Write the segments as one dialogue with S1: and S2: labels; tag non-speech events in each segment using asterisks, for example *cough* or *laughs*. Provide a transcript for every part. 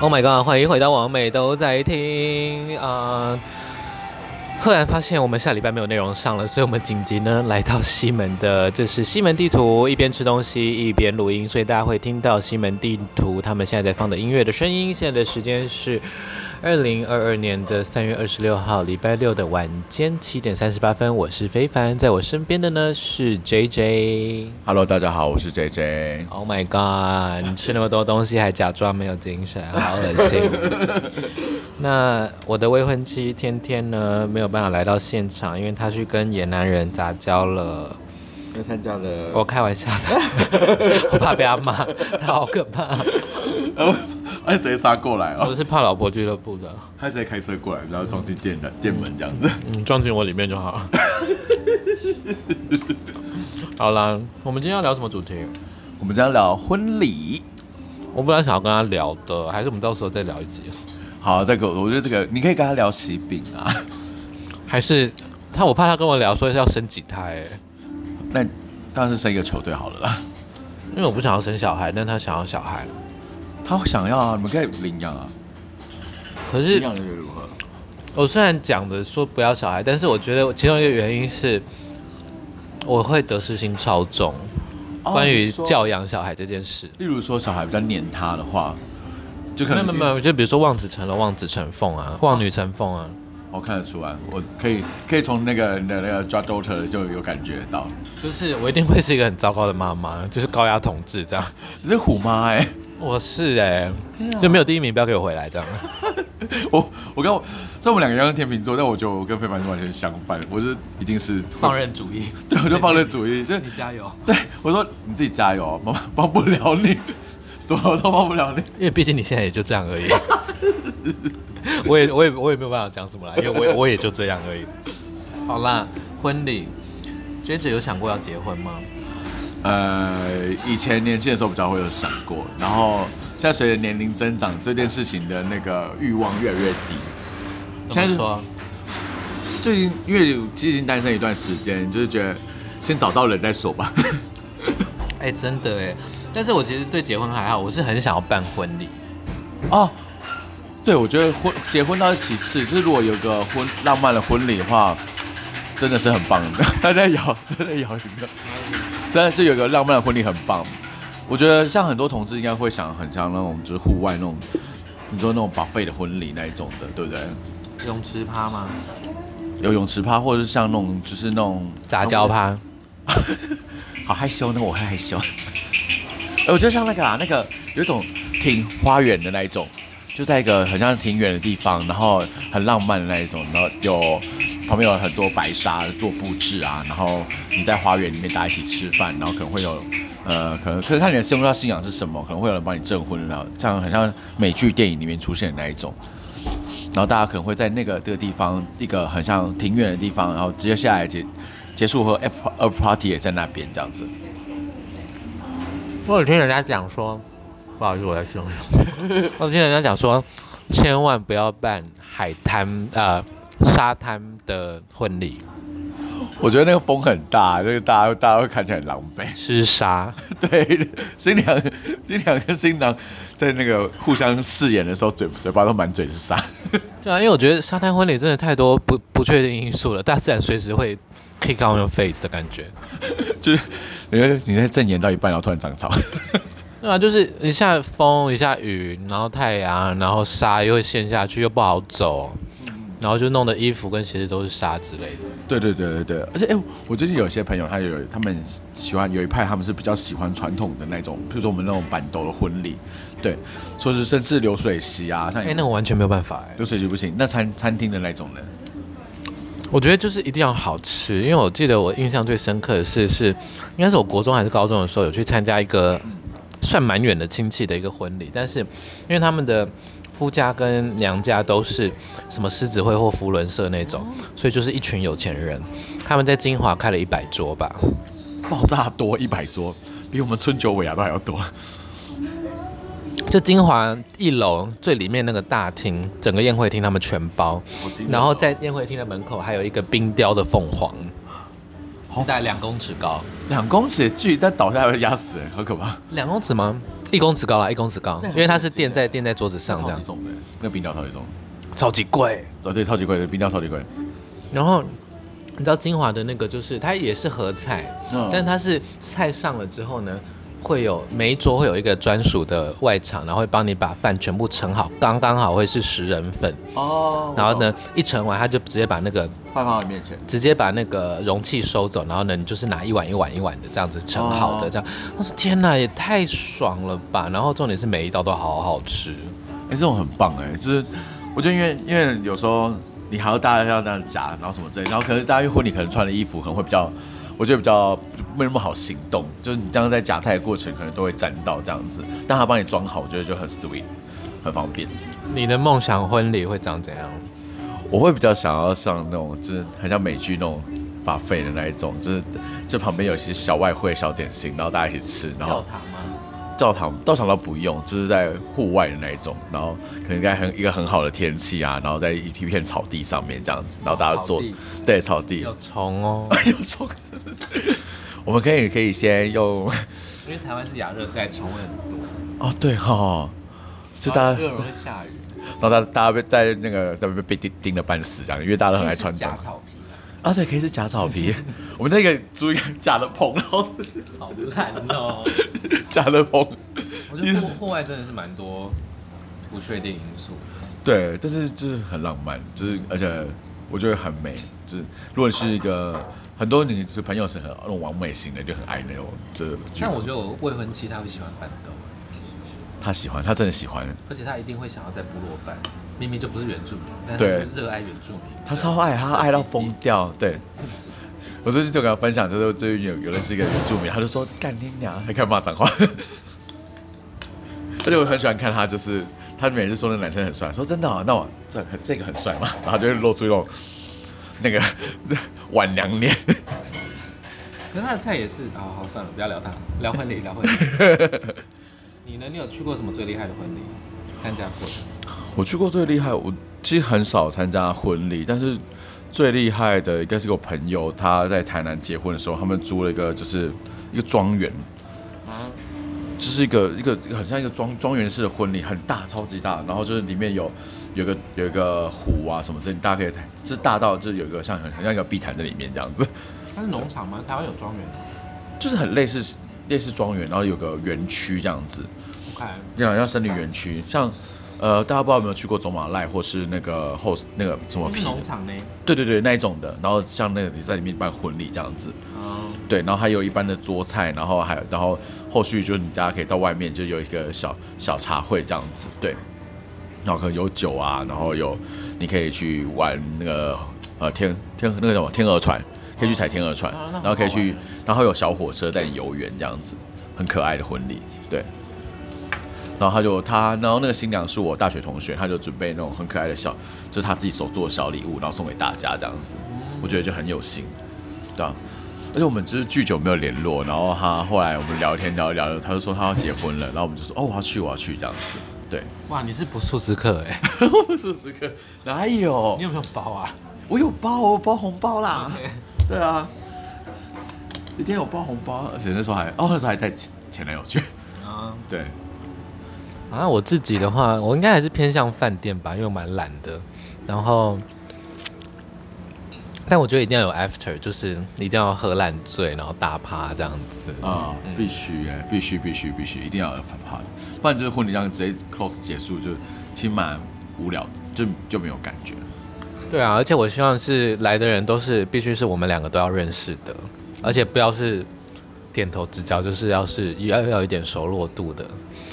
S1: Oh my god！欢迎回到王美都在听啊、呃赫然发现我们下礼拜没有内容上了，所以我们紧急呢来到西门的，这是西门地图，一边吃东西一边录音，所以大家会听到西门地图他们现在在放的音乐的声音。现在的时间是二零二二年的三月二十六号礼拜六的晚间七点三十八分，我是非凡，在我身边的呢是 J J。
S2: Hello，大家好，我是 JJ。
S1: Oh my god！你吃那么多东西还假装没有精神，好恶
S2: *laughs*
S1: 心。那我的未婚妻天天呢没有办法来到现场，因为她去跟野男人杂交了。
S2: 又参加了
S1: 我开玩笑的，
S2: *laughs*
S1: 我怕被他骂，他好可怕。
S2: 哦，他直接杀过来
S1: 我
S2: 哦，
S1: 是泡老婆俱乐部
S2: *laughs*
S1: 的，
S2: 他直接开车过来，然后撞进店的店门这样子。
S1: 你嗯撞进我里面就
S2: *laughs*
S1: 好了。好啦，我们今天要聊什么主题？
S2: 我们今天聊婚礼。
S1: 我本来想要跟他聊的，还是我们到时候再聊一集，
S2: 好，这个我觉得这个你可以跟他聊喜饼啊。 *laughs*
S1: 还是他？我怕他跟我聊说要生几胎、欸。
S2: 那当然是生一个球队好了啦。
S1: 因为我不想要生小孩，但他想要小孩。
S2: 他想要啊，你们可以领养啊。
S1: 可是
S2: 又如何？
S1: 我虽然讲的说不要小孩，但是我觉得其中一个原因是我会得失心超重，
S2: 哦
S1: 关于
S2: 你说
S1: 教养小孩这件事。
S2: 例如说小孩比较黏他的话，就可
S1: 没
S2: 能
S1: 有没有没有，就比如说望子成龙、望子成凤啊，望女成凤啊，
S2: 我哦看得出来，我可以可以从那个你的那个 d r a d a u g h t 就有感觉到，
S1: 就是我一定会是一个很糟糕的妈妈，就是高压统治这样。
S2: 你是虎妈哎、
S1: 我是哎、就没有第一名，不要给我回来这样。
S2: 我我跟我虽然我们两个一样是天秤座，但我觉得我跟非凡是完全相反，我是一定是
S1: 放，任主义，
S2: 对，我就放任主义，
S1: *laughs*
S2: 就
S1: 你加油，
S2: 对我说你自己加油啊，帮帮不了你，什么都帮不了你。
S1: 因为毕竟你现在也就这样而已。 *laughs* 我也我也我也没有办法讲什么啦，因为我也我也就这样而已。好啦，婚礼，J J 有想过要结婚吗？
S2: 呃，以前年轻的时候比较会有想过，然后现在随着年龄增长，这件事情的那个欲望越来越低。
S1: 怎么说？
S2: 最近因为其实已经单身一段时间，就是觉得先找到人再说吧。
S1: 哎、真的哎，但是我其实对结婚还好，我是很想要办婚礼。
S2: 哦，对，我觉得婚结婚倒是其次，就是如果有个婚浪漫的婚礼的话，真的是很棒的。他在摇，他在摇 *laughs* 什么？真的，这有个浪漫的婚礼很棒。我觉得像很多同志应该会想很像那种就是户外那种，你说那种 buffet 的婚礼那一种的，对不对？
S1: 泳池趴吗？
S2: 有泳池趴，或者是像那种就是那种
S1: 杂交，趴？
S2: 好害羞，那个我会害羞。 *laughs* 哎我觉得像那个啦，那个有一种挺花园的那一种，就在一个很像庭园的地方，然后很浪漫的那一种，然后有旁边有很多白沙做布置啊，然后你在花园里面大家一起吃饭，然后可能会有呃，可能可能看你的宗教信仰是什么，可能会有人帮你证婚，然后这样很像美剧电影里面出现的那一种。然后大家可能会在那个这个地方，一个很像庭院的地方，然后直接下来结结束和 F F party 也在那边这样子。
S1: 我有听人家讲说，不好意思，我在吃东西。 *laughs* 我有听人家讲说，千万不要办海滩呃沙滩的婚礼，
S2: 我觉得那个风很大，那个大家大家会看起来很狼狈。 *laughs*
S1: 吃沙。
S2: 对，新娘新娘跟新郎在那个互相饰演的时候，嘴嘴巴都满嘴是沙。 *laughs*
S1: 对啊，因为我觉得沙滩婚礼真的太多不不确定因素了，大自然随时会 kick on your face 的感觉。
S2: 就是你在你在正演到一半，然后突然涨潮。
S1: 对啊，就是一下风，一下雨，然后太阳，然后沙又会陷下去，又不好走，然后就弄得衣服跟鞋子都是沙之类的。
S2: *laughs* 对对对对对，而且哎、我最近有些朋友，他有他们喜欢有一派，他们是比较喜欢传统的那种，比如说我们那种板斗的婚礼，对，说是甚至流水席啊，像
S1: 哎、那我完全没有办法哎、
S2: 流水席不行，那餐餐厅的那种人，
S1: 我觉得就是一定要好吃，因为我记得我印象最深刻的是，是应该是我国中还是高中的时候有去参加一个算蛮远的亲戚的一个婚礼，但是因为他们的夫家跟娘家都是什么狮子会或福伦社那种，所以就是一群有钱人，他们在金华开了一百桌吧，
S2: 爆炸多一百桌，比我们春酒尾牙都还要多。
S1: 就金华一楼最里面那个大厅，整个宴会厅他们全包，然后在宴会厅的门口还有一个冰雕的凤凰，大概两公尺高，
S2: 两公尺的距离，但倒下来会压死人，好可怕。
S1: 两公尺吗？一公尺高啦，一公尺高，因为它是垫在垫在桌子上这
S2: 超级
S1: 样，
S2: 重的，那个冰雕超级重，
S1: 超级贵。
S2: 哦对，超级贵，冰雕超级贵，
S1: 然后你知道金华的那个就是它也是合菜，
S2: 嗯
S1: 但它是菜上了之后呢，会有每一桌会有一个专属的外场，然后会帮你把饭全部盛好，刚刚好会是十人份。
S2: 哦
S1: 然后呢，一盛完他就直接把那个
S2: 放到你面前，
S1: 直接把那个容器收走，然后呢，你就是拿一碗一碗一碗的这样子盛好的
S2: 哦
S1: 这样。我说天哪，也太爽了吧！然后重点是每一道都好好吃。
S2: 哎、这种很棒哎、就是我觉得因为因为有时候你还要大家要那样夹，然后什么之类，然后可是大家因为婚礼可能穿的衣服可能会比较，我觉得比较没那么好行动，就是你这样在夹菜的过程可能都会沾到这样子，但他帮你装好，我觉得就很 sweet，很方便。
S1: 你的梦想婚礼会长怎样？
S2: 我会比较想要上那种就是很像美剧那种把费的那一种，就是就旁边有一些小外汇、小点心，然后大家一起吃，然后
S1: 堂吗？
S2: 教堂教堂倒不用，就是在户外的那一种，然后可能在很一个很好的天气啊，然后在一片草地上面这样子，然后大家坐、
S1: 草地
S2: 对草地
S1: 有虫哦，
S2: 有虫，我们可以可以先用
S1: 因为台湾是亚热带，虫会很多，
S2: *laughs* 哦对哈、就大家，
S1: 容易下雨。
S2: 然后大家大家被在那个在被被盯盯的半死这样，因为大家都很爱穿短
S1: 草皮，
S2: 啊，对，可以是假草皮， *laughs* 我们那个租一个假的棚，然后
S1: 好烂
S2: *laughs*
S1: 哦。
S2: 假的棚，
S1: 我觉得户户外真的是蛮多不确定因素。
S2: 对，但是就是很浪漫，就是而且我觉得很美。就是如果是一个很多你是朋友是很那种完美型的，就很爱那种。这
S1: 但我觉得我未婚妻她会喜欢板豆，
S2: 他喜欢，他真的喜欢，
S1: 而且她一定会想要在部落办，明明就不是原住民，但她
S2: 对
S1: 就热爱原住民。
S2: 他超爱，他爱到疯掉。对，我最近就跟他分享，就是最近有有认识一个原住民，他就说干你娘，还开始骂脏话。 *laughs* 而且我很喜欢看他，就是他每次说那男生很帅，说真的、哦，那我这很这个很帅嘛，然后就会露出一种那个 *laughs* 晚娘脸。
S1: 可是她的菜也是啊、好算了，不要聊她，聊婚礼，聊婚礼。
S2: *laughs*
S1: 你呢？你有去过什么最厉害的婚礼？参加过的？
S2: 我去过最厉害，我其实很少参加婚礼，但是最厉害的应该是我朋友，他在台南结婚的时候，他们租了一个就是一个庄园，就是一个一个一个很像一个庄庄园式的婚礼，很大，超级大，然后就是里面有有一个有一个湖啊什么之类，大家可以就是大到就是有一个像很很像一个碧潭在里面这样子，
S1: 它是农场吗？台湾有庄园吗
S2: 就是很类似类似庄园，然后有个园区这样子，
S1: ？OK，
S2: 像像森林园区，像呃大家不知道有没有去过走马濑或是那个后那个什么
S1: 因为
S2: 皮的
S1: 农场呢？
S2: 对对对，那一种的。然后像那个你在里面办婚礼这样子，
S1: 嗯，
S2: 对，然后还有一般的桌菜，然后还有然后后续就是你大家可以到外面就有一个小小茶会这样子，对，然后可能有酒啊，然后有你可以去玩那个呃天天那个叫什么天鹅船，可以去踩天鹅船，
S1: 哦那很
S2: 然后可以
S1: 好玩
S2: 去，然后有小火车带你游园这样子，很可爱的婚礼，对。然后他就他，然后那个新娘是我大学同学，他就准备那种很可爱的小，就是他自己手做的小礼物，然后送给大家这样子，我觉得就很有心，对啊。而且我们就是巨久没有联络，然后他后来我们聊天聊一聊，他就说他要结婚了，然后我们就说哦我要去我要去这样子， *laughs* 对，
S1: 哇，你是不速之客 *laughs* 哎、
S2: 是这个哪有
S1: 你？有没有包啊？
S2: 我有包，我有包红包啦对啊，一定有包红包，而且那时候还哦那时候还带前前男友去，
S1: 啊，
S2: 对，
S1: 啊，我自己的话，我应该还是偏向饭店吧，因为我蛮懒的。然后，但我觉得一定要有 after，就是你一定要喝烂醉，然后大趴这样子。
S2: 啊、必须哎，必须必须必须，一定要有反趴的，不然这个婚礼这样直接 close 结束就其实蛮无聊的，就就没有感觉。
S1: 对啊，而且我希望是来的人都是必须是我们两个都要认识的，而且不要是点头之交，就是要是要要有一点熟络度的。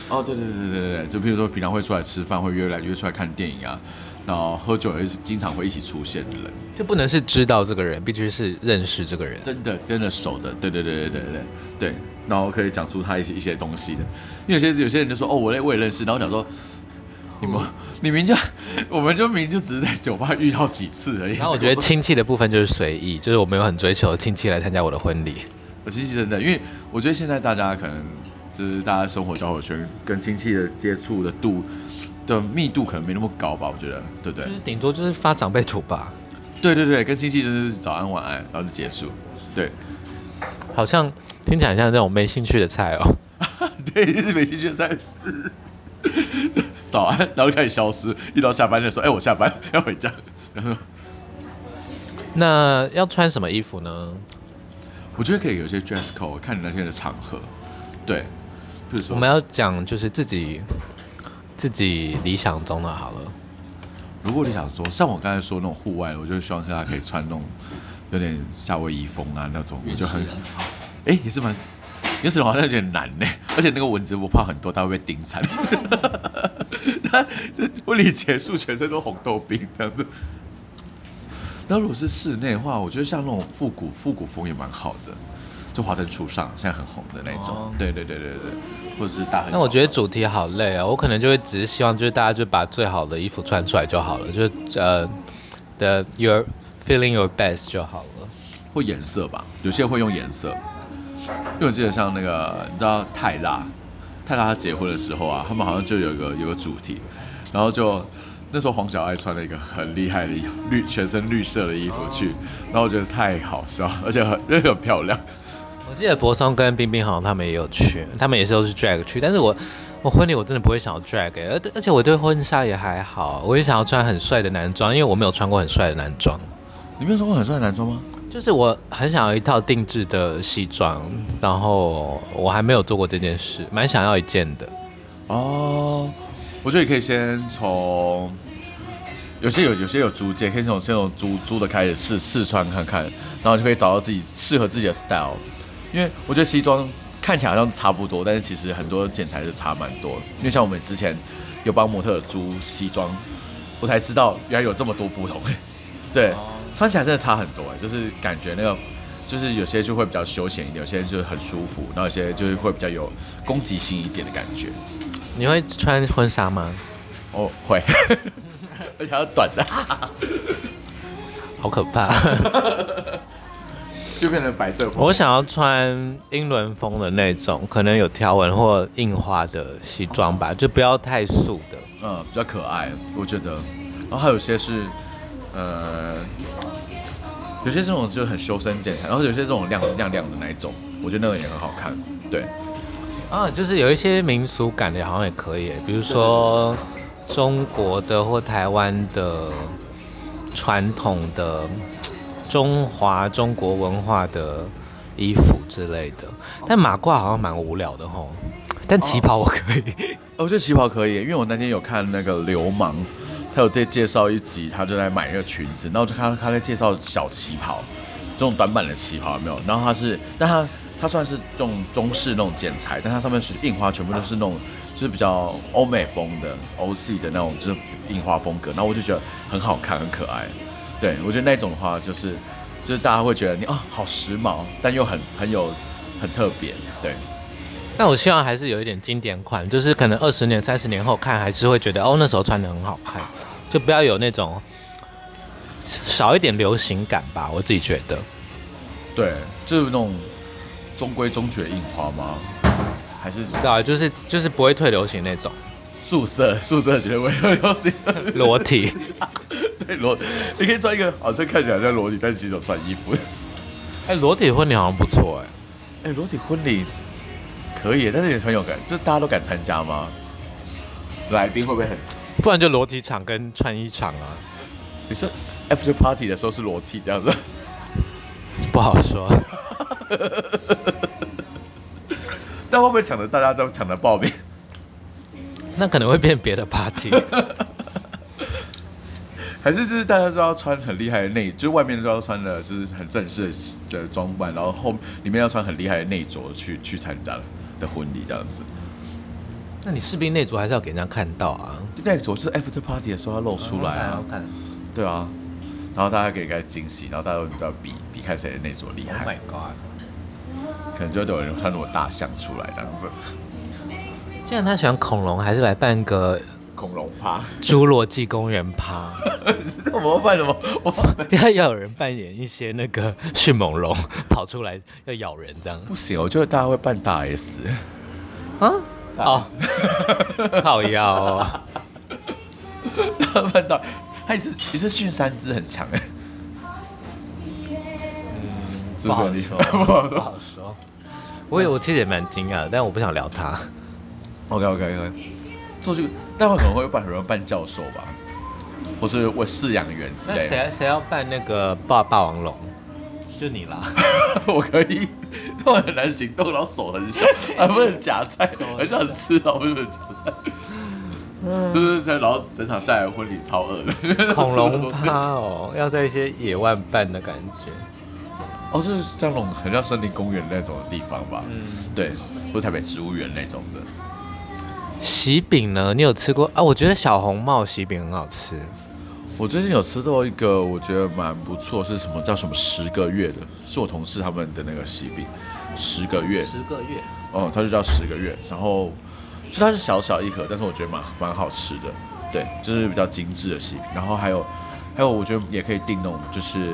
S2: 哦，对对对对对对，就譬如说平常会出来吃饭，会约来约出来看电影啊，然后喝酒也是经常会一起出现的人，
S1: 就不能是知道这个人，必须是认识这个人。
S2: 真的真的熟的，对对对对对对对，然后可以讲出他一些一些东西的。因为有些有些人就说哦，我也我也认识，然后我讲说。哦你们， *laughs* 你明就，我们就明就只是在酒吧遇到几次而已。
S1: 然后我觉得
S2: 说
S1: 亲戚的部分就是随意，就是我没有很追求亲戚来参加我的婚礼。
S2: 我其实真的，因为我觉得现在大家可能就是大家生活交友圈跟亲戚的接触的度的密度可能没那么高吧，我觉得，对不对
S1: 就？是顶多就是发长辈图吧，
S2: 对对对，跟亲戚就是早安晚安，然 *laughs* 后就结束。对，
S1: 好像听起来很像那种没兴趣的菜哦。
S2: 对，日本新圈三次。早安，然后就开始消失，一到下班就说：“哎、我下班要回家。”然后
S1: 那要穿什么衣服呢？
S2: 我觉得可以有一些 dress code，看你那天的场合。对，比如说
S1: 我们要讲就是自己自己理想中的好了。
S2: 如果你想说像我刚才说那种户外的，我就希望大家可以穿那种有点夏威夷风啊那种，我就很哎、也是蛮原始人好像有点难呢，而且那个蚊子我怕很多，它会被叮惨。它这物理结束全身都红豆冰这样子。那如果是室内的话，我觉得像那种复古复古风也蛮好的，就华灯初上，现在很红的那种。
S1: 哦
S2: 对对对对对，或者是大很。
S1: 那我觉得主题好累啊，我可能就会只是希望就是大家就把最好的衣服穿出来就好了，就是呃的 your feeling your best 就好了。
S2: 或颜色吧，有些人会用颜色，因为我记得像那个你知道泰拉，泰拉他结婚的时候啊，他们好像就有一个有个主题，然后就那时候黄小爱穿了一个很厉害的衣服绿全身绿色的衣服去，然后我觉得太好笑，而且很又很漂亮，
S1: 我记得柏松跟冰冰好像他们也有去，他们也是都是 drag 去，但是我我婚礼我真的不会想要 drag，欸而、而且我对婚纱也还好，我也想要穿很帅的男装，因为我没有穿过很帅的男装，
S2: 你没有穿过很帅的男装吗？
S1: 就是我很想要一套定制的西装，然后我还没有做过这件事，蛮想要一件的。
S2: 哦，我觉得你可以先从有些有有些有租借，可以先从先从租租的开始试试穿看看，然后就可以找到自己适合自己的 style。因为我觉得西装看起来好像差不多，但是其实很多剪裁是差蛮多的。因为像我们之前有帮模特租西装，我才知道原来有这么多不同。 *laughs* 对，穿起来真的差很多、就是感觉那个。就是有些就会比较休闲一点，有些就是很舒服，然后有些就是会比较有攻击性一点的感觉。
S1: 你会穿婚纱吗？
S2: 哦，会， *laughs* 而且还要短的，
S1: 好可怕！
S2: *laughs* 就变成白色
S1: *laughs* 我想要穿英伦风的那种，可能有条纹或印花的西装吧，就不要太素的。
S2: 嗯，比较可爱，我觉得。然后还有些是，呃，有些这种就是很修身剪裁，然后有些这种亮亮亮的那一种，我觉得那个也很好看。对，
S1: 啊，就是有一些民俗感的，好像也可以耶，比如说中国的或台湾的传统的嘖中华中国文化的衣服之类的。但马褂好像蛮无聊的吼，但旗袍我可 *laughs* 以。
S2: 哦我觉得旗袍可以，因为我那天有看那个《流氓》，他有在介绍一集，他就在买一个裙子，然后我就看到他在介绍小旗袍，这种短版的旗袍有没有？然后它是，但它它算是这种中式那种剪裁，但它上面是印花，全部都是那种就是比较欧美风的、欧系的那种，就是印花风格。然后我就觉得很好看，很可爱。对我觉得那种的话，就是就是大家会觉得你啊、好时髦，但又很很有很特别，对。
S1: 但我希望还是有一点经典款，就是可能二十年、三十年后看，还是会觉得哦，那时候穿的很好看，就不要有那种少一点流行感吧，我自己觉得。
S2: 对，就是那种中规中矩的印花吗？还是
S1: 对啊，就是就是不会退流行那种
S2: 宿舍宿舍学会有东西？ *laughs*
S1: *laughs* 裸体。
S2: 对裸，你可以穿一个好像看起来像裸体，但其实有穿衣服。
S1: 哎、裸体婚礼好像不错哎、
S2: *laughs* 哎、裸体婚礼可以，但是也很有感，就大家都敢参加吗？来宾会不会很？
S1: 不然就裸体场跟穿衣场啊，
S2: 你是 after party 的时候是裸体这样子？
S1: 不好说。
S2: *laughs* 但会不会抢着大家都抢着报名？
S1: *laughs* 那可能会变别的 *laughs* party，
S2: 还是就是大家都要穿很厉害的内，就是外面都要穿的就是很正式的的装扮，然后后里面要穿很厉害的内着去去参加的婚礼这样子。
S1: 那你士兵那组还是要给人家看到啊。
S2: 内着就是 after party 的时候要露出来
S1: 哦
S2: 啊，对啊，然后大家可以给他惊喜，然后大家都要比比看谁的内着
S1: 哎
S2: 厉害，
S1: Oh god！
S2: 可能就会有人穿那种大象出来这样子，
S1: 既然他喜欢恐龙，还是来办个
S2: 恐龙趴。
S1: 侏罗纪公园趴， *laughs*
S2: 我们办什么？我
S1: 要要有人扮演一些那个迅猛龙跑出来要咬人这样
S2: 不行，我觉得大家会办大 S，
S1: 啊？哦，好妖哦！ *laughs*
S2: 大家办大，他一次一次训三只很强哎，是不是很厉害？
S1: 不好说，不好说。我也我其实也蛮惊讶的，但我不想聊他。
S2: OK OK OK，做这个，待会可能会办有人办教授吧，或是为饲养员之
S1: 那
S2: 类的。
S1: 谁谁要扮那个霸霸王龙？就你啦。
S2: 我可以，都很难行动，然后手很小，还不能夹菜，很想吃，然后不能夹菜。就是在，然后整场下来婚礼超饿
S1: *laughs*
S2: 的，
S1: 恐
S2: 什么
S1: 龙
S2: 都是
S1: 趴哦，要在一些野外办的感觉。
S2: 哦，就是像那种很像森林公园那种的地方吧，对，或是台北植物园那种的。
S1: 喜饼呢？你有吃过啊？我觉得小红帽喜饼很好吃。
S2: 我最近有吃到一个我觉得蛮不错，是什么叫什么十个月的，是我同事他们的那个喜饼，十个月，
S1: 个月，
S2: 哦，它就叫十个月，然后就它是小小一盒，但是我觉得蛮蛮好吃的，对，就是比较精致的喜饼，然后还有还有我觉得也可以订那种就是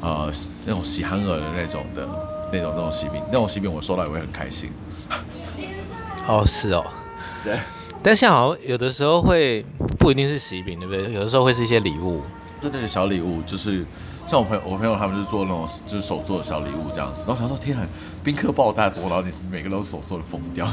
S2: 呃那种喜憨儿的那种的那种那种喜饼，那种喜饼我收到也会很开心，
S1: 哦是哦。
S2: 对，
S1: 但是好像有的时候会不一定是喜饼，对不对？有的时候会是一些礼物。
S2: 对对，小礼物就是像我朋友，我朋友他们就做那种就是手做的小礼物这样子。然后想说，天啊，宾客爆大多，然后你每个都是手做的疯掉。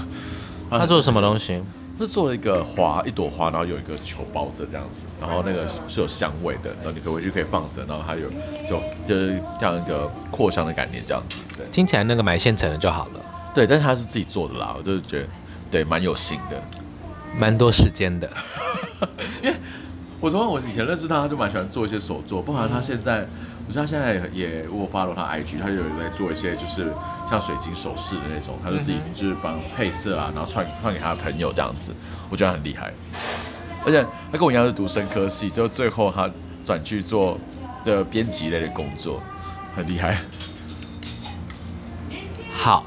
S1: 他做什么东西？
S2: 是做了一个花，一朵花，然后有一个球包着这样子，然后那个是有香味的，然后你可以回去可以放着，然后还有就就是像一个扩香的概念这样子。对
S1: 听起来那个买现成的就好了，
S2: 对，但是他是自己做的啦，我就是觉得对蛮有心的。
S1: 蛮多时间的。
S2: 我从我以前认识他，他就蛮喜欢做一些手作，包含他现在，我觉得他现在也我有 follow 他 IG，他就有在做一些就是像水晶首饰的那种，他就自己就是帮配色啊，然后串串给他的朋友这样子，我觉得很厉害。而且他跟我一样是读生科系，就最后他转去做的编辑类的工作，很厉
S1: *laughs*
S2: 害。
S1: 好，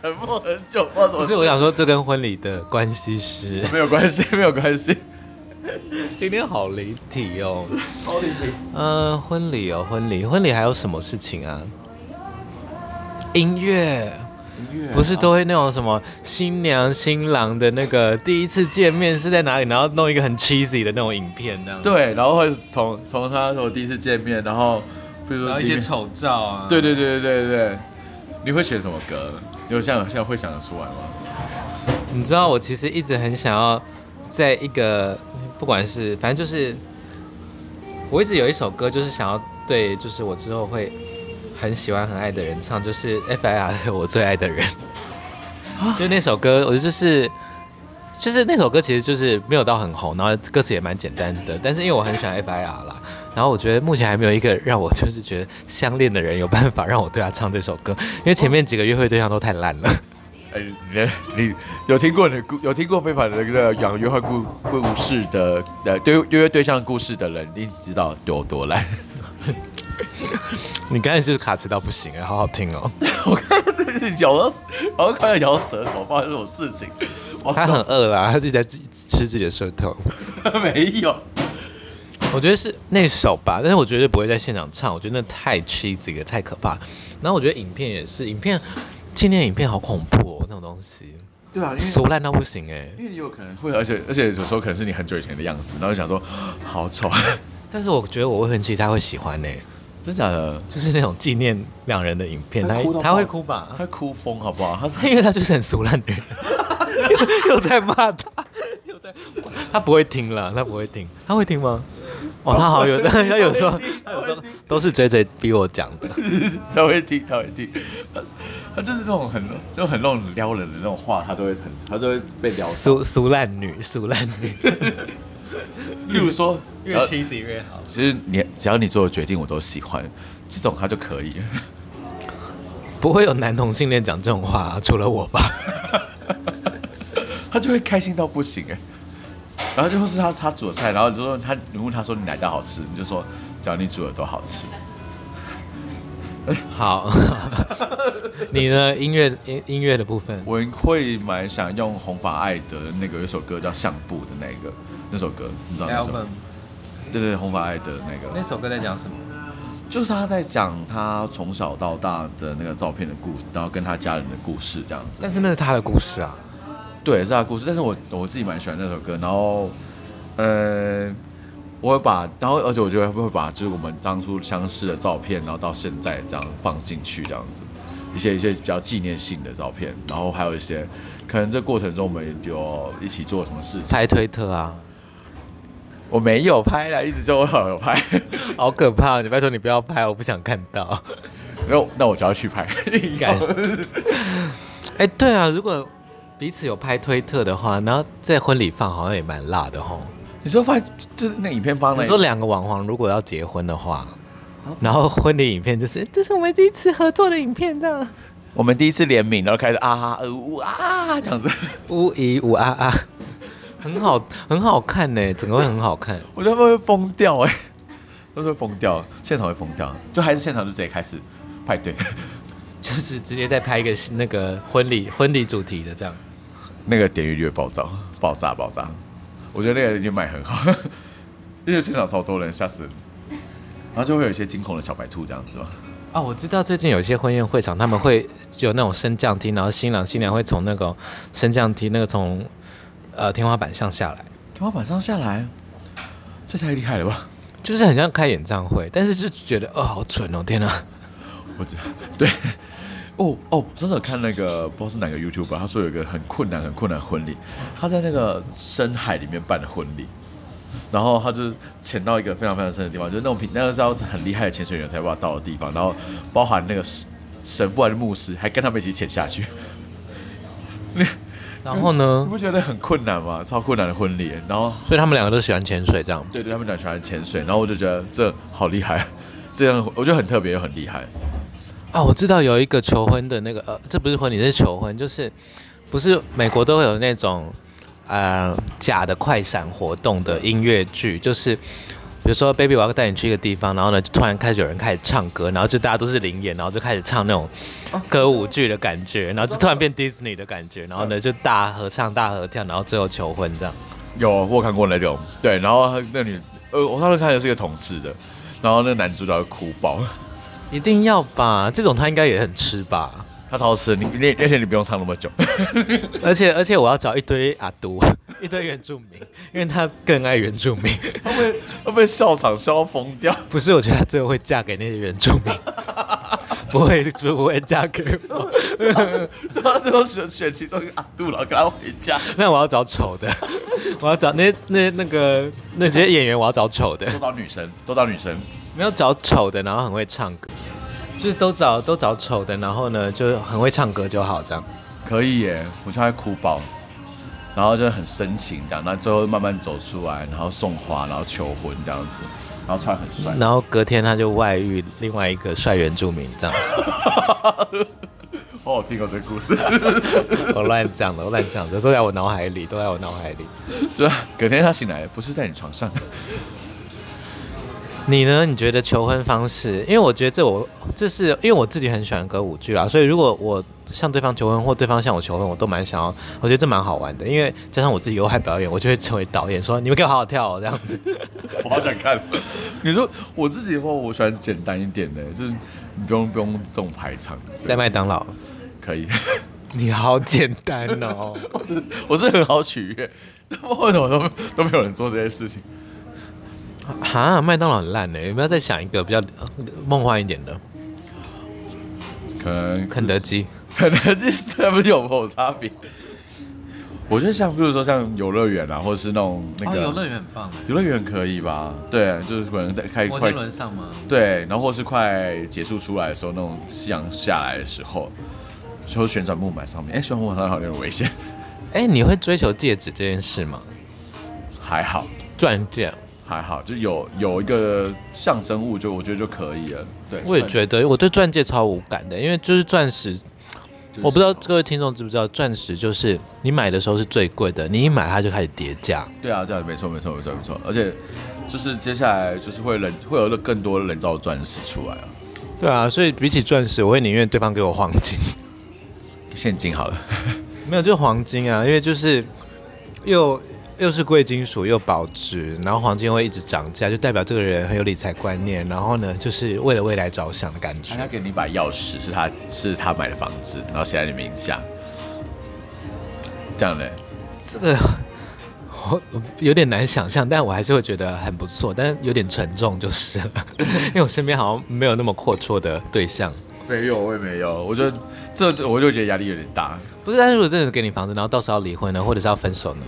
S2: 沉默很久，不知道怎
S1: 不
S2: 么
S1: 是我想说，这跟婚礼的关系是
S2: 没有关系，没有关系。
S1: *laughs* 今天好离题哦。
S2: 超厉害。
S1: 呃，婚礼哦，婚礼，婚礼还有什么事情啊？音乐
S2: 音乐
S1: 不是都会那种什么新娘新郎的那个第一次见面是在哪里，然后弄一个很 cheesy 的那种影片那样，，
S2: 对，然后会从从他我第一次见面，然后比如
S1: 然
S2: 说
S1: 后一
S2: 里
S1: 些
S2: 面
S1: 丑照啊，
S2: 对对对对对对，你会选什么歌？你有像现在会想得出来吗？
S1: 你知道我其实一直很想要，在一个不管是反正就是，我一直有一首歌就是想要对，就是我之后会很喜欢很爱的人唱，就是 F.I.R 的我最爱的人，就那首歌，我觉得就是。就是那首歌，其实就是没有到很红，然后歌词也蛮简单的。但是因为我很喜欢 F.I.R 啦，然后我觉得目前还没有一个让我就是觉得相恋的人有办法让我对他唱这首歌，因为前面几个约会对象都太烂了。
S2: 哎、你你有听过你的故有听过非凡的那个养约会故故事的呃对约会对象故事的人，一定知道有多烂。 *laughs*
S1: 你刚才就是卡词到不行，好好听哦。
S2: 我刚刚真是咬到，好像快要咬到舌头，发生什么事情？我
S1: 他很饿啊啦，他自己在自己吃自己的舌头。
S2: 没有。
S1: 我觉得是那首吧，但是我绝对不会在现场唱，我觉得那太 cheesy 了，太可怕。然后我觉得影片也是，影片纪念影片好恐怖哦，那种东西
S2: 对啊，因为
S1: 俗烂到不行哎、
S2: 因为你有可能会，而且而且有时候可能是你很久以前的样子，然后就想说好丑， *laughs*
S1: 但是我觉得我会很期待他会喜欢呢、哎
S2: 真假的？
S1: 就是那种纪念两人的影片，他
S2: 他哭到爆
S1: 他会哭吧？
S2: 他哭疯好不好？他是
S1: 因为他就是很俗烂的人，又又在骂他，又在，他不会听了，他不会听，他会听吗？哦，他好有，他有时候他有时候都是嘴嘴逼我讲的。
S2: 他会听，他会听，他他就是这种很就很那种撩人的那种话，他都会很，他都会被撩。
S1: 俗俗烂女，俗烂女，
S2: 例如说，只要
S1: cheesy 越好。
S2: 其实你只要你做的决定我都喜欢，这种他就可以。 *laughs*
S1: 不会有男同性恋讲这种话、啊除了我吧？
S2: 他就会开心到不行哎。然后就会是他他煮的菜，然后你就说他，你问他说你哪一道好吃，你就说只要你煮的都好吃。
S1: 好， *laughs* 你呢？音乐音音乐的部分，
S2: 我会蛮想用红发爱的那个有一首歌叫《相簿》的那个那首歌，你知道那首？对对对，红发爱的那个。
S1: 首歌在讲什么？
S2: 就是他在讲他从小到大的那个照片的故事，然后跟他家人的故事这样子。
S1: 但是那是他的故事啊。
S2: 对，是他的故事，但是我我自己蛮喜欢那首歌，然后呃，我会把，然后呃而且我觉得会把就是我们当初相识的照片，然后到现在这样放进去这样子，一些一些比较纪念性的照片，然后还有一些可能这过程中我们有一起做什么事情。
S1: 拍推特啊，
S2: 我没有拍啦，一直都有拍， *laughs*
S1: 好可怕！你拜托你不要拍，我不想看到。
S2: 然后那我就要去拍， *laughs*
S1: 干哎，对啊，如果彼此有拍推特的话，然后在婚礼放好像也蛮辣的吼。
S2: 你 *laughs* 说拍就是那影片放了，
S1: 你说两个网红如果要结婚的话，然后婚礼影片就是哎这是我们第一次合作的影片这啊样，
S2: 我们第一次联名，然后开始啊啊呃呜啊这样子，
S1: 呜一呜啊啊，很好很好看呢，整个会很好看。
S2: 我觉得他们会疯掉哎、都是会疯掉，现场会疯掉，就还是现场就直接开始派对，
S1: *laughs* 就是直接再拍一个那个婚礼 *laughs* 婚礼主题的这样。
S2: 那个点阅率会爆炸，爆炸爆炸，我觉得那个已经卖很好， *laughs* 因为现场超多人，吓死人，然后就会有一些惊恐的小白兔这样子嘛，
S1: 哦，我知道最近有些婚宴会场他们会有那种升降梯，然后新郎新娘会从那个升降梯那个从呃天花板上下来，
S2: 天花板上下来，这太厉害了吧！
S1: 就是很像开演唱会，但是就觉得哦好蠢哦，天哪！ *laughs*
S2: 我知道，对，哦哦，上次有看那个不知道是哪个 YouTuber，他说有一个很困难很困难的婚礼，他在那个深海里面办的婚礼，然后他就是潜到一个非常非常深的地方，就是那种平那个时候是很厉害的潜水员才把他到的地方，然后包含那个神神父还是牧师，还跟他们一起潜下去，
S1: 然后
S2: 你
S1: 呢，
S2: 不觉得很困难吗？超困难的婚礼，然后
S1: 所以他们两个都喜欢潜水这样。
S2: 对对，他们讲喜欢潜水，然后我就觉得这好厉害，这样我觉得很特别又很厉害，
S1: 啊，我知道有一个求婚的那个，呃，这不是婚礼，是求婚，就是不是美国都会有那种呃假的快闪活动的音乐剧，就是比如说 baby 我要带你去一个地方，然后呢就突然开始有人开始唱歌，然后就大家都是零演，然后就开始唱那种歌舞剧的感觉，然后就突然变 Disney 的感觉，然后呢就大合唱大合跳，然后最后求婚这样。
S2: 有，我有看过那种，对，然后他那女，呃，我上次看的是一个同志的，然后那男主角就哭爆， *laughs*
S1: 一定要吧，这种他应该也很吃吧，
S2: 他超吃，你那那天你不用唱那么久， *laughs*
S1: 而且而且我要找一堆阿都， *laughs* 一堆原住民，因为他更爱原住民。
S2: 他被他被笑场笑到疯掉， *laughs*
S1: 不是，我觉得她最后会嫁给那些原住民， *laughs* 不会不会嫁给我。
S2: 他最后选选其中一个阿杜，然后跟他回家，
S1: 那我要找丑的，我要找那那那个那些演员，我要找丑的，
S2: 都找女生，都找女生，
S1: 没有找丑的，然后很会唱歌，就是都找都找丑的，然后呢就很会唱歌就好这样。
S2: 可以耶，我就会哭爆，然后就很深情这样，然后最后慢慢走出来，然后送花，然后求婚这样子，然后穿很帅，
S1: 然后隔天他就外遇另外一个帅原住民这样，
S2: 好好听哦，这个故事。 *laughs*
S1: 我乱讲的，我乱讲的，都在我脑海里，都在我脑海里。
S2: 就隔天他醒来，不是在你床上，
S1: 你呢？你觉得求婚方式？因为我觉得这我这是因为我自己很喜欢歌舞剧啦，所以如果我向对方求婚或对方向我求婚，我都蛮想要。我觉得这蛮好玩的，因为加上我自己有爱表演，我就会成为导演，说你们给我好好跳、哦、这样子。
S2: *laughs* 我好想看。你说我自己的话，我喜欢简单一点的，就是你不用不用这种排场，
S1: *laughs* 在麦当劳，
S2: 可以。 *laughs*
S1: 你好简单 *laughs* 哦。
S2: 我是很好取悦，但为什么都都没有人做这些事情？
S1: 哈，麦当劳很烂呢，欸有没有再想一个比较呃梦幻一点的？
S2: 可能
S1: 肯德基，
S2: 可能就是他们有没有差别。我觉得像，比如说像游乐园啊，或者是那种那个、
S1: 哦园很棒，
S2: 游乐园可以吧？对，就是可能在开快
S1: 上吗？
S2: 对，然后或是快结束出来的时候，那种夕阳下来的时候，就旋转木马上面，哎、旋转木马上面好像有点危险，
S1: 哎、你会追求戒指这件事吗？
S2: 还好
S1: 钻戒，
S2: 还好，就有有一个象征物，就我觉得就可以了。对，
S1: 我也觉得我对钻戒超无感的，因为就是钻石
S2: 就是
S1: 我不知道各位听众知不知道，钻石就是你买的时候是最贵的，你一买它就开始叠价。
S2: 对啊，对啊，没错，没错，没错，没错，而且就是接下来就是会人会有更多的人造钻石出来啊，
S1: 对啊，所以比起钻石，我会宁愿对方给我黄金。
S2: 现金好了，
S1: *laughs*
S2: *laughs*
S1: 没有，就黄金啊，因为就是又又是贵金属又保值，然后黄金会一直涨价，就代表这个人很有理财观念，然后呢，就是为了未来着想的感觉。
S2: 他给你一把钥匙， *laughs* 是他是他买的房子，然后写在你名下，这样嘞，
S1: 这个我有点难想象，但我还是会觉得很不 *laughs* 错，但是有点沉重就是了，因为我身边好像没有那么阔绰的对象。
S2: 没有，我也没有，我就这这我就觉得压力有点大，
S1: 不是，但是如果真的给你房子，然后到时候要离婚呢，或者是要分手呢？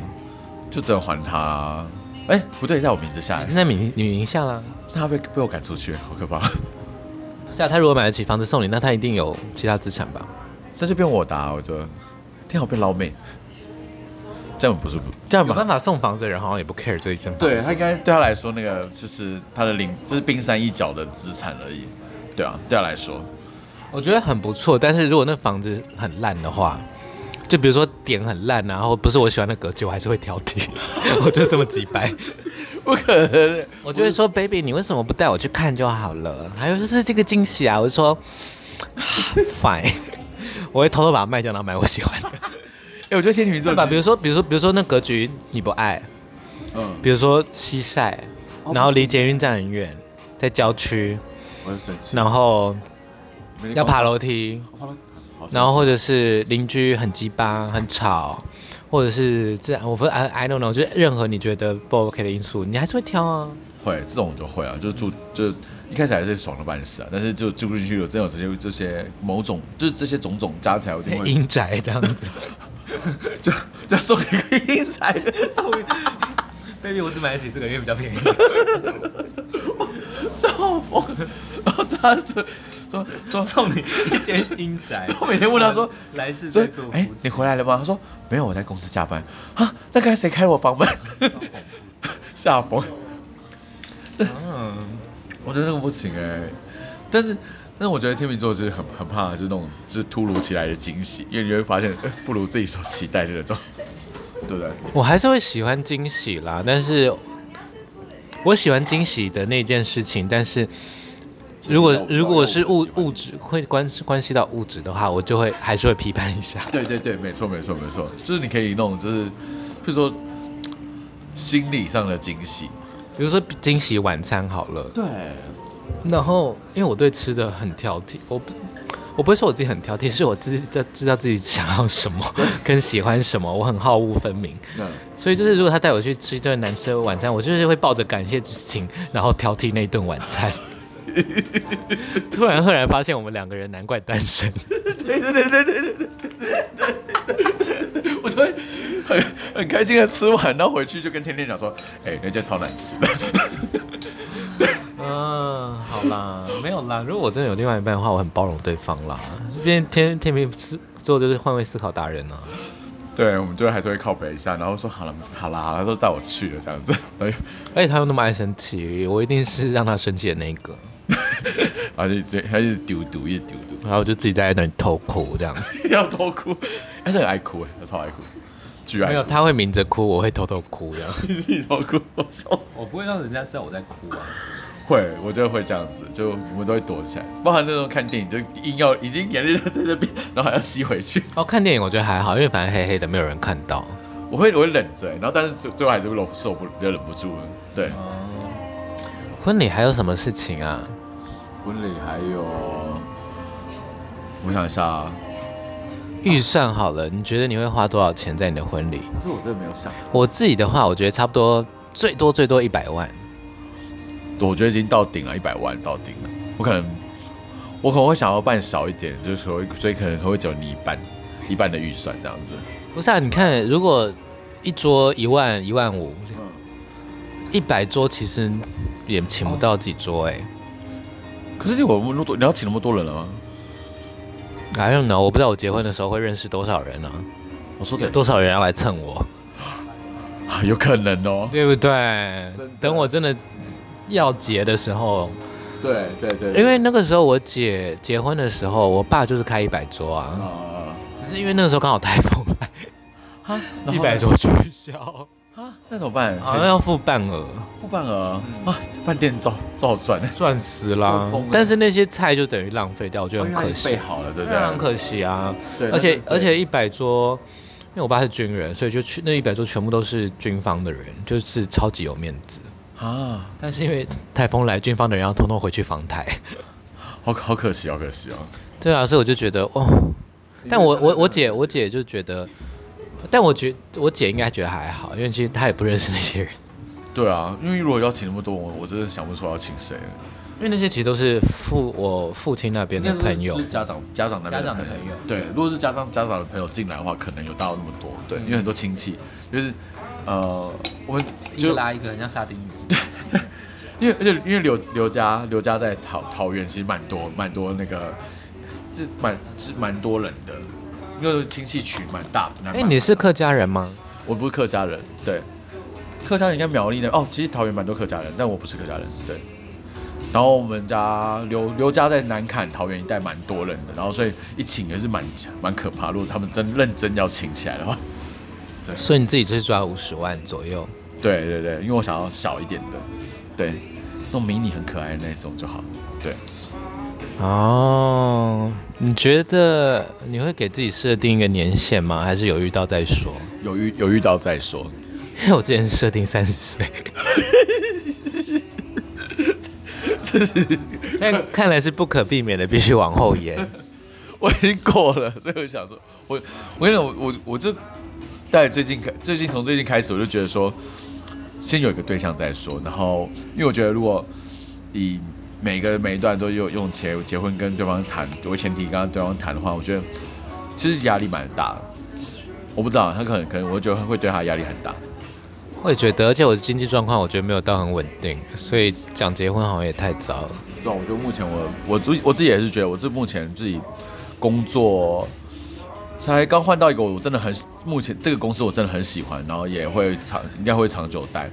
S2: 就只能还他啦。哎、不对，在我名字下
S1: 已，经在你你名下啦。
S2: 他被被我赶出去，好可怕。
S1: 是啊，他如果买得起房子送你，那他一定有其他资产吧？
S2: 但是变我答、我觉得天好变老美，这样不是不这样
S1: 有
S2: 吧？
S1: 办法送房子的人好像也不 care 这一间房子。
S2: 对他应该对他来说，那个就是他的零，就是冰山一角的资产而已。对啊，对他来说，
S1: 我觉得很不错，但是如果那房子很烂的话，就比如说点很烂啊，然后不是我喜欢的格局，我还是会挑剔， *laughs* 我就这么几 *laughs* 百，
S2: 不可能。
S1: 我就会说 baby，你为什么不带我去看就好了？还有就是这个惊喜啊，我就说 *sighs* fine，我 *laughs* 会偷偷把它卖掉，然后买我喜欢的。
S2: 哎、我觉得天秤座
S1: 对吧？比如说，比如说，比如说那格局你不爱，
S2: 嗯，
S1: 比如说西晒，然后离捷运站很远，在郊区，
S2: 我很生气，
S1: 然后要爬
S2: 了，
S1: 楼梯，
S2: 好了好
S1: 然后或者是邻居很鸡巴、很吵，或者是这我不是 I I don't know，就是任何你觉得不 OK 的因素，你还是会挑啊。
S2: 会这种我就会啊，就是住就一开始还是爽的半死啊，但是就住进去有真有这些这些某种就是这些种种加起来，我就会
S1: 阴宅这样 *laughs* 子
S2: 就就送给一个英才的
S1: ，baby，我只买得起这个，因为比较
S2: *laughs*
S1: 便宜。
S2: 少峰，然后他就说说
S1: 送你一间阴 *laughs* 宅
S2: 我每天问他说
S1: 来世
S2: 说哎、你回来了吗？他说没有，我在公司加班啊。那刚才谁开我房门？ *laughs* 下风。
S1: 啊
S2: *laughs* 我觉得那个不行哎、但是但是我觉得天秤座就是很很怕就是那种就是突如其来的惊喜，因为你会发现、呃不如自己所期待的那种，对不对？
S1: 我还是会喜欢惊喜啦，但是我喜欢惊喜的那件事情，但是如
S2: 其实
S1: 果
S2: 我不知道
S1: 如果是物
S2: 我不喜欢
S1: 物质会关关系到物质的话，我就会还是会批判一下。
S2: 对对对，没错没错没错，就是你可以弄就是，譬如说心理上的惊喜，
S1: 比如说惊喜晚餐好了，
S2: 对，
S1: 然后因为我对吃的很挑剔，我不我不会说我自己很挑剔，是我自己知道知道自己想要什么跟喜欢什么，我很好恶分明。
S2: 那
S1: 所以就是如果他带我去吃一顿难吃的晚餐，我就是会抱着感谢之情，然后挑剔那顿晚餐。 *laughs* 突然赫然发现我们两个人难怪单身， *laughs*
S2: 对对对对对对对对对，我就会很很开心的吃完，然后回去就跟天天讲说，哎、那家超难吃的，
S1: 嗯，好啦，没有啦。如果我真的有另外一半的话，我很包容对方啦。因为天天秤思做就是换位思考达人啊。
S2: 对，我们就还是会靠北一下，然后说好了好啦好啦，都带我去了这样子，然后
S1: 而且他又那么爱生气，我一定是让他生气的那一个，
S2: 而且直接还是丢丢一直丢丢，
S1: 然后我就自己在那里偷哭这样。
S2: 要偷哭，他是很爱哭哎，他超爱哭，居然
S1: 没有，他会明着哭，我会偷偷哭这样。
S2: 自己偷哭，我笑死。
S1: 我不会让人家知道我在哭啊。
S2: 会，我就会这样子，就我们都会躲起来，包含那种看电影，就硬要已经眼泪就在这边，然后还要吸回去。
S1: 哦，看电影我觉得还好，因为反正黑黑的，没有人看到。
S2: 我会我会忍着、欸然后但是最最后还是会忍受不忍不住。对，
S1: 婚礼还有什么事情啊？
S2: 婚礼还有，我想一下啊，
S1: 预算好了，你觉得你会花多少钱在你的婚礼？
S2: 可是我真的没有想，啊
S1: 我自己的话，我觉得差不多最多最多一百万。
S2: 我觉得已经到顶了，一百万到顶了。我可能我可能会想要办少一点，就是说，所以可能会只有你一半一半的预算这样子。
S1: 不是啊，你看，如果一桌一万一万五，一百桌其实也请不到几桌哎、
S2: 可是你我们多你要请那么多人了吗？
S1: I don't know，我不知道我结婚的时候会认识多少人呢、啊，
S2: 我说
S1: 有
S2: 的
S1: 多少人要来蹭我，
S2: 啊有可能哦。
S1: 对不对
S2: 真的？
S1: 等我真的要结的时候，
S2: 对对对
S1: 因为那个时候我姐结婚的时候，我爸就是开一百桌啊，
S2: 啊，
S1: 只是因为那个时候刚好台风 *laughs* 来，
S2: 哈，
S1: 啊一百桌取 *laughs* 消，
S2: 啊，那怎么办？
S1: 好像要嗯付半额，
S2: 付半额啊，饭店照照赚，
S1: 赚死
S2: 啦
S1: 啦哦
S2: 疯了！
S1: 但是那些菜就等于浪费掉，我觉得
S2: 因
S1: 很可
S2: 为他已经备
S1: 惜，
S2: 好了，对不
S1: 当然很
S2: 对？
S1: 可惜啊。
S2: 对，
S1: 而且
S2: 但
S1: 而
S2: 是
S1: 且一百桌，因为我爸是军人，所以就去那一百桌全部都是军方的人，就是超级有面子。
S2: 啊，
S1: 但是因为台风来，军方的人要通通回去防台。 *laughs*
S2: 好好可惜，好可惜哦。
S1: 对啊，所以我就觉得哦，但我我我姐我姐就觉得，但我觉我姐应该觉得还好，因为其实她也不认识那些人。 *laughs*
S2: 对啊，因为如果要请那么多，我我真的想不出来要请谁了。
S1: 因为那些其实都是父我父亲那边的朋友
S2: 是，家长家长那边
S1: 家长的朋友
S2: 对，如果是家长家长的朋友进来的话，可能有到那么多，对，
S1: 嗯
S2: 因为很多亲戚就是呃，我们
S1: 一个
S2: 就
S1: 拉一个，很像沙丁鱼。
S2: 因为而且因为刘刘家刘家在桃桃园其实蛮多蛮多那个是蛮是蛮多人的，因为亲戚群蛮大的。那
S1: 哎、
S2: 蛮
S1: 你是客家人吗？
S2: 我不是客家人，对，客家人应该苗栗那哦，其实桃园蛮多客家人，但我不是客家人，对。然后我们家刘刘家在南坎桃园一带蛮多人的，然后所以一请也是蛮蛮可怕。如果他们真认真要请起来的话，
S1: 所以你自己就是抓五十万左右。
S2: 对对对，因为我想要小一点的，对，那种迷你很可爱的那种就好。对，
S1: 哦，你觉得你会给自己设定一个年限吗？还是有遇到再说？
S2: 有遇有遇到再说。
S1: 因为我之前设定三十岁，但看来是不可避免的，必须往后延。
S2: *laughs* 我已经过了，所以我想说，我我跟你讲，我我我就在最近开，最近从最近开始，我就觉得说，先有一个对象再说。然后，因为我觉得如果以每个每一段都有用结结婚跟对方谈为前提，跟他对方谈的话，我觉得其实压力蛮大的。我不知道他可能可能，我觉得会对他压力很大。
S1: 我也觉得，而且我的经济状况我觉得没有到很稳定，所以讲结婚好像也太早了。
S2: 对啊，我觉得目前我我自我自己也是觉得，我自目前自己工作才刚换到一个我真的很目前这个公司我真的很喜欢，然后也会长应该会长久待。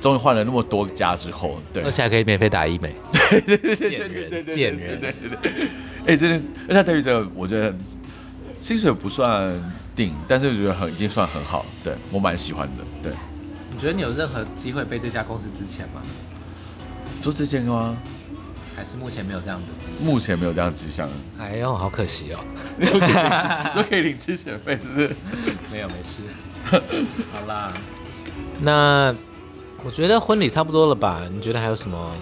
S2: 终于换了那么多家之后，对
S1: 而，且还可以免费打医美，贱人贱
S2: 对
S1: 人，
S2: 对对，哎，真的，而且他待遇真的，我觉得薪水不算顶，但是我觉得很已经算很好，对我蛮喜欢的。对，
S1: 你觉得你有任何机会被这家公司之前吗？
S2: 说这件吗？
S1: 还是目前没有这样的迹象？
S2: 目前没有这样的迹象，
S1: 哎呦，好可惜哦。
S2: 都可以领 *laughs* 都可以领之前费，是不是？
S1: 没有，没
S2: *laughs*
S1: 事。好啦，那我觉得婚礼差不多了吧？你觉得还有什么？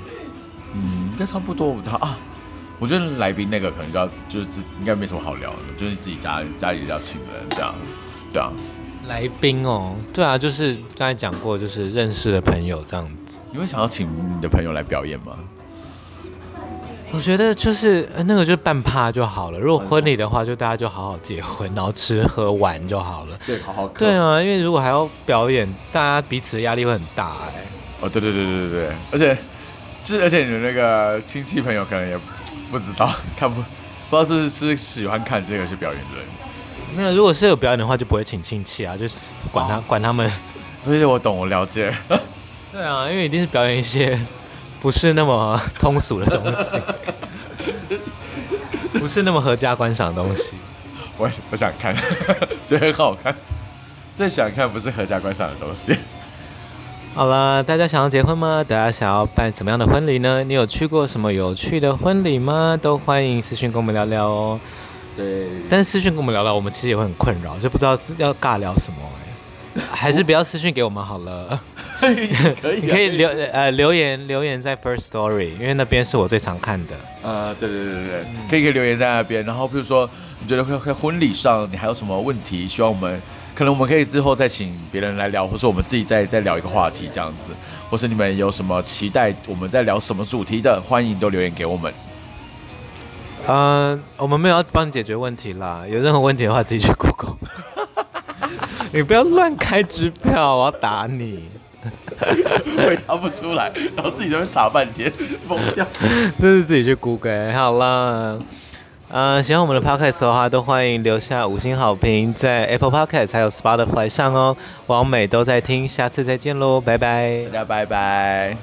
S2: 嗯，应该差不多不到啊。我觉得来宾那个可能就要就是自应该没什么好聊的，就是自己家家里要请人这样，对啊。
S1: 来宾哦，对啊，就是刚才讲过，就是认识的朋友这样子。
S2: 你会想要请你的朋友来表演吗？
S1: 我觉得就是呃那个就办趴就好了。如果婚礼的话，就大家就好好结婚，然后吃喝玩就好了。
S2: 对，好好
S1: 对啊，因为如果还要表演，大家彼此的压力会很大哎、
S2: 哦，对对对对对对，而且就是而且你的那个亲戚朋友可能也不知道， *laughs* 看不不知道是不是是喜欢看这个去表演的人。
S1: 没有，如果是有表演的话，就不会请亲戚啊，就是管他、管他们。
S2: 所以我懂，我了解。 *laughs*
S1: 对啊，因为一定是表演一些 *laughs* 不是那么 *laughs* 通俗的东西， *laughs* 不是那么合家观赏的东西。
S2: 我我想看， *laughs* 觉得很好看。最喜欢看不是合家观赏的东西。
S1: 好了，大家想要结婚吗？大家想要办怎么样的婚礼呢？你有去过什么有趣的婚礼吗？都欢迎私讯跟我们聊聊哦。
S2: 对，
S1: 但是私讯跟我们聊聊，我们其实也会很困扰，就不知道是要尬聊什么哎、还是不要私讯给我们好了。
S2: *laughs* 可以可以啊
S1: 你可以留呃留言留言在 First Story，因为那边是我最常看的。
S2: 啊，对对对对对，可以可以留言在那边。然后比如说，你觉得会在婚礼上你还有什么问题，希望我们可能我们可以之后再请别人来聊，或是我们自己再再聊一个话题这样子，或是你们有什么期待我们在聊什么主题的，欢迎都留言给我们。 *laughs*
S1: 呃，我们没有要帮你解决问题啦，有任何问题的话自己去 Google。你不要乱开支票，我要打你。
S2: 回答不出来，然后自己在那边查半天，疯掉。
S1: 这是自己去 Google 好啦。呃，喜欢我们的 podcast 的话，都欢迎留下五星好评，在 Apple Podcast 还有 Spotify 上哦。王美都在听，下次再见喽，拜拜。
S2: 大家拜拜。